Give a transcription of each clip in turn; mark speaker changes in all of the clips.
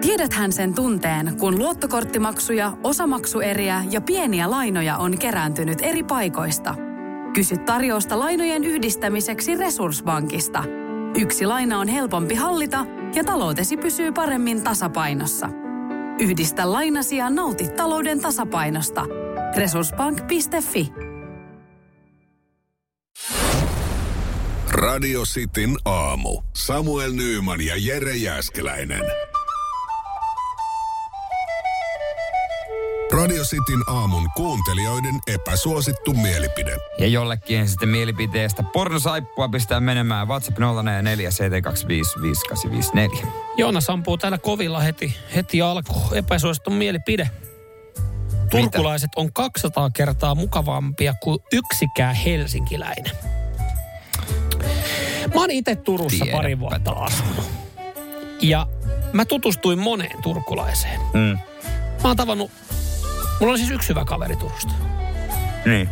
Speaker 1: Tiedäthän sen tunteen, kun luottokorttimaksuja, osamaksueriä ja pieniä lainoja on kerääntynyt eri paikoista. Kysy tarjousta lainojen yhdistämiseksi Resurssbankista. Yksi laina on helpompi hallita ja taloutesi pysyy paremmin tasapainossa. Yhdistä lainasi ja nauti talouden tasapainosta. Resurssbank.fi
Speaker 2: Radio Cityn aamu. Samuel Nyyman ja Jere Jäskeläinen. Radio Cityn aamun kuuntelijoiden epäsuosittu mielipide.
Speaker 3: Ja jollekin sitten mielipiteestä pornosaippua pistää menemään WhatsApp 044 7255854.
Speaker 4: Joonas ampuu täällä kovilla heti, heti alkuun. Epäsuosittu mielipide. Turkulaiset on 200 kertaa mukavampia kuin yksikään helsinkiläinen. Mä oon itse Turussa
Speaker 3: Tiedäpä
Speaker 4: pari vuotta asunut. Ja mä tutustuin moneen turkulaiseen.
Speaker 3: Mm.
Speaker 4: Mä oon tavannut... Mulla on siis yksi hyvä kaveri Turusta.
Speaker 3: Niin.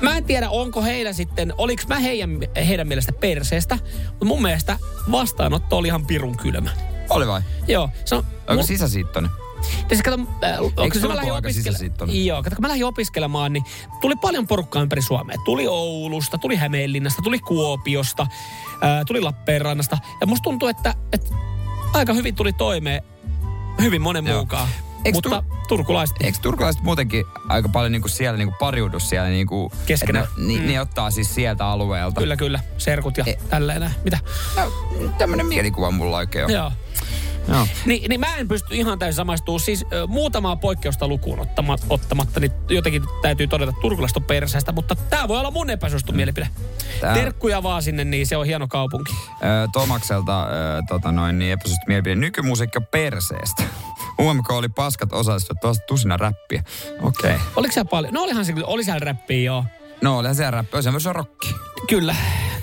Speaker 4: Mä en tiedä, onko heillä sitten, oliks mä heidän, heidän mielestä perseestä, mutta mun mielestä vastaanotto oli ihan pirun kylmä.
Speaker 3: Oli vai?
Speaker 4: Joo, se on...
Speaker 3: Onko
Speaker 4: mu-
Speaker 3: sisäsiittonen?
Speaker 4: Ja siis kato, äh, onko se,
Speaker 3: sulla
Speaker 4: mä lähdin
Speaker 3: ollut aika sisäsiittoinen?
Speaker 4: opiskelemaan. Joo, kato, kun mä lähdin opiskelemaan, niin tuli paljon porukkaa ympäri Suomea. Tuli Oulusta, tuli Hämeenlinnasta, tuli Kuopiosta, äh, tuli Lappeenrannasta. Ja musta tuntuu, että, että aika hyvin tuli toimeen hyvin monen
Speaker 3: Joo.
Speaker 4: muukaan.
Speaker 3: Eiks
Speaker 4: Mutta
Speaker 3: tur-
Speaker 4: turkulaiset.
Speaker 3: Eikö turkulaiset muutenkin aika paljon niinku siellä niinku pariudu siellä niinku...
Speaker 4: Keskenään. Mm.
Speaker 3: että Ne, ni, ne ottaa siis sieltä alueelta.
Speaker 4: Kyllä, kyllä. Serkut ja
Speaker 3: E-
Speaker 4: tälleen näin. Mitä?
Speaker 3: No, tämmönen mielikuva mulla oikein on.
Speaker 4: Joo.
Speaker 3: Joo.
Speaker 4: Ni, niin mä en pysty ihan täysin samaistumaan. Siis ö, muutamaa poikkeusta lukuun ottama, ottamatta, niin jotenkin täytyy todeta, että turkulaiset on perseestä, mutta tämä voi olla mun epäsuostun mielipide.
Speaker 3: Mm. Tää-
Speaker 4: Tää. Terkkuja vaan sinne, niin se on hieno kaupunki.
Speaker 3: Ö, Tomakselta ö, tota noin, niin epäsuosittu mielipide. Nykymusiikka perseestä. UMK oli paskat osallistujat, tuosta tusina räppiä. Okei. Okay.
Speaker 4: Oliko siellä paljon? No olihan se, oli siellä räppiä, joo.
Speaker 3: No olihan siellä räppiä, se on myös rokki.
Speaker 4: Kyllä,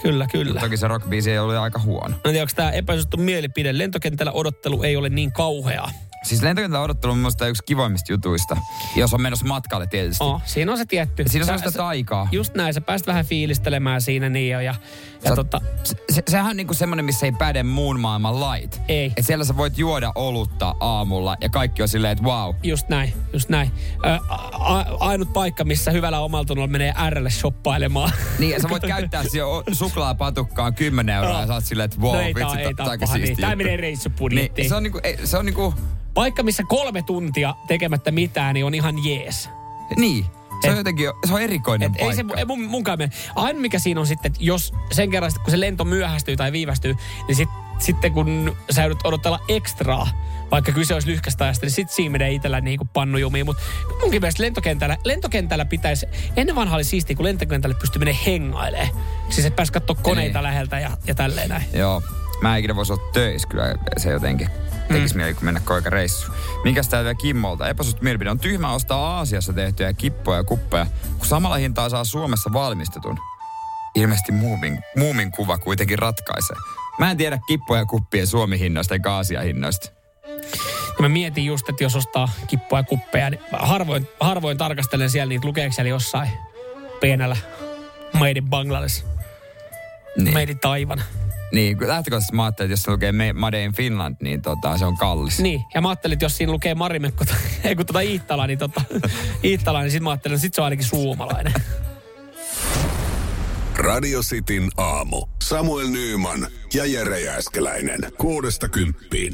Speaker 4: kyllä, kyllä.
Speaker 3: Toki se rockbiisi ei ollut aika huono.
Speaker 4: Mä en tiedä, onko tämä epäsuostun mielipide. Lentokentällä odottelu ei ole niin kauheaa.
Speaker 3: Siis lentokentällä odottelu on mun mielestä yksi kivoimmista jutuista, jos on menossa matkalle tietysti.
Speaker 4: Oh, siinä on se tietty.
Speaker 3: Siinä on
Speaker 4: Sä-
Speaker 3: sellaista
Speaker 4: sä-
Speaker 3: taikaa.
Speaker 4: Just näin, sä pääst vähän fiilistelemään siinä niin jo. Ja, ja
Speaker 3: Sä-
Speaker 4: tota,
Speaker 3: Se, se, sehän on niinku semmoinen, missä ei päde muun maailman lait.
Speaker 4: Ei.
Speaker 3: Et siellä sä voit juoda olutta aamulla ja kaikki on silleen, että wow.
Speaker 4: Just näin, just näin. Ö, a, a, ainut paikka, missä hyvällä omallatunnolla menee äärelle shoppailemaan.
Speaker 3: Niin, ja sä voit käyttää siihen o- suklaapatukkaan 10 euroa ja sä oot silleen, että wow,
Speaker 4: no ei tää,
Speaker 3: vitsi,
Speaker 4: ei tää
Speaker 3: tää on aika
Speaker 4: paha, niin.
Speaker 3: siisti
Speaker 4: Tää
Speaker 3: juttu.
Speaker 4: menee reissubudjettiin.
Speaker 3: Niin, se on niinku, ei, se on niinku,
Speaker 4: Paikka, missä kolme tuntia tekemättä mitään, niin on ihan jees.
Speaker 3: niin. Se on
Speaker 4: Et-
Speaker 3: jotenkin, se on erikoinen
Speaker 4: Et
Speaker 3: paikka.
Speaker 4: ei se ei mun, munkaan mene. Aina mikä siinä on sitten, että jos sen kerran, sit, kun se lento myöhästyy tai viivästyy, niin sit, sitten kun sä joudut odotella ekstraa, vaikka kyse olisi lyhkästä ajasta, niin sit siinä menee itsellä niin kuin pannujumiin. Mutta munkin mielestä lentokentällä, lentokentällä pitäisi, ennen vanha oli siistiä, kun lentokentälle pystyi menemään hengailemaan. Siis et pääs katsoa koneita
Speaker 3: Ei.
Speaker 4: läheltä ja, ja tälleen näin.
Speaker 3: Joo. Mä en ikinä voisi olla töissä kyllä se jotenkin. Tekis mm. mieli, kun mennä koika reissu. Mikäs tää vielä Kimmolta? Epäsuosittu mielipide on tyhmä ostaa Aasiassa tehtyjä kippoja ja kuppeja, kun samalla hintaa saa Suomessa valmistetun. Ilmeisesti muumin, muumin kuva kuitenkin ratkaisee. Mä en tiedä kippoja ja kuppien Suomi-hinnoista eikä Aasia-hinnoista.
Speaker 4: Ja mä mietin just, että jos ostaa kippoja ja kuppeja, niin mä harvoin, harvoin tarkastelen siellä niitä lukeeko siellä jossain pienellä Made in Bangladesh,
Speaker 3: Niin,
Speaker 4: Made in Taivan.
Speaker 3: niin kun lähtökohtaisesti mä ajattelin, että jos se lukee Me- Made in Finland, niin tota, se on kallis.
Speaker 4: Niin, ja mä ajattelin, että jos siinä lukee Marimekko tai ei kun tota Iittala, niin tota Iittala, niin sit mä ajattelin, että sit se on ainakin suomalainen.
Speaker 2: Radio Cityn aamu. Samuel Nyyman ja Jere Jäskeläinen. Kuudesta kymppiin.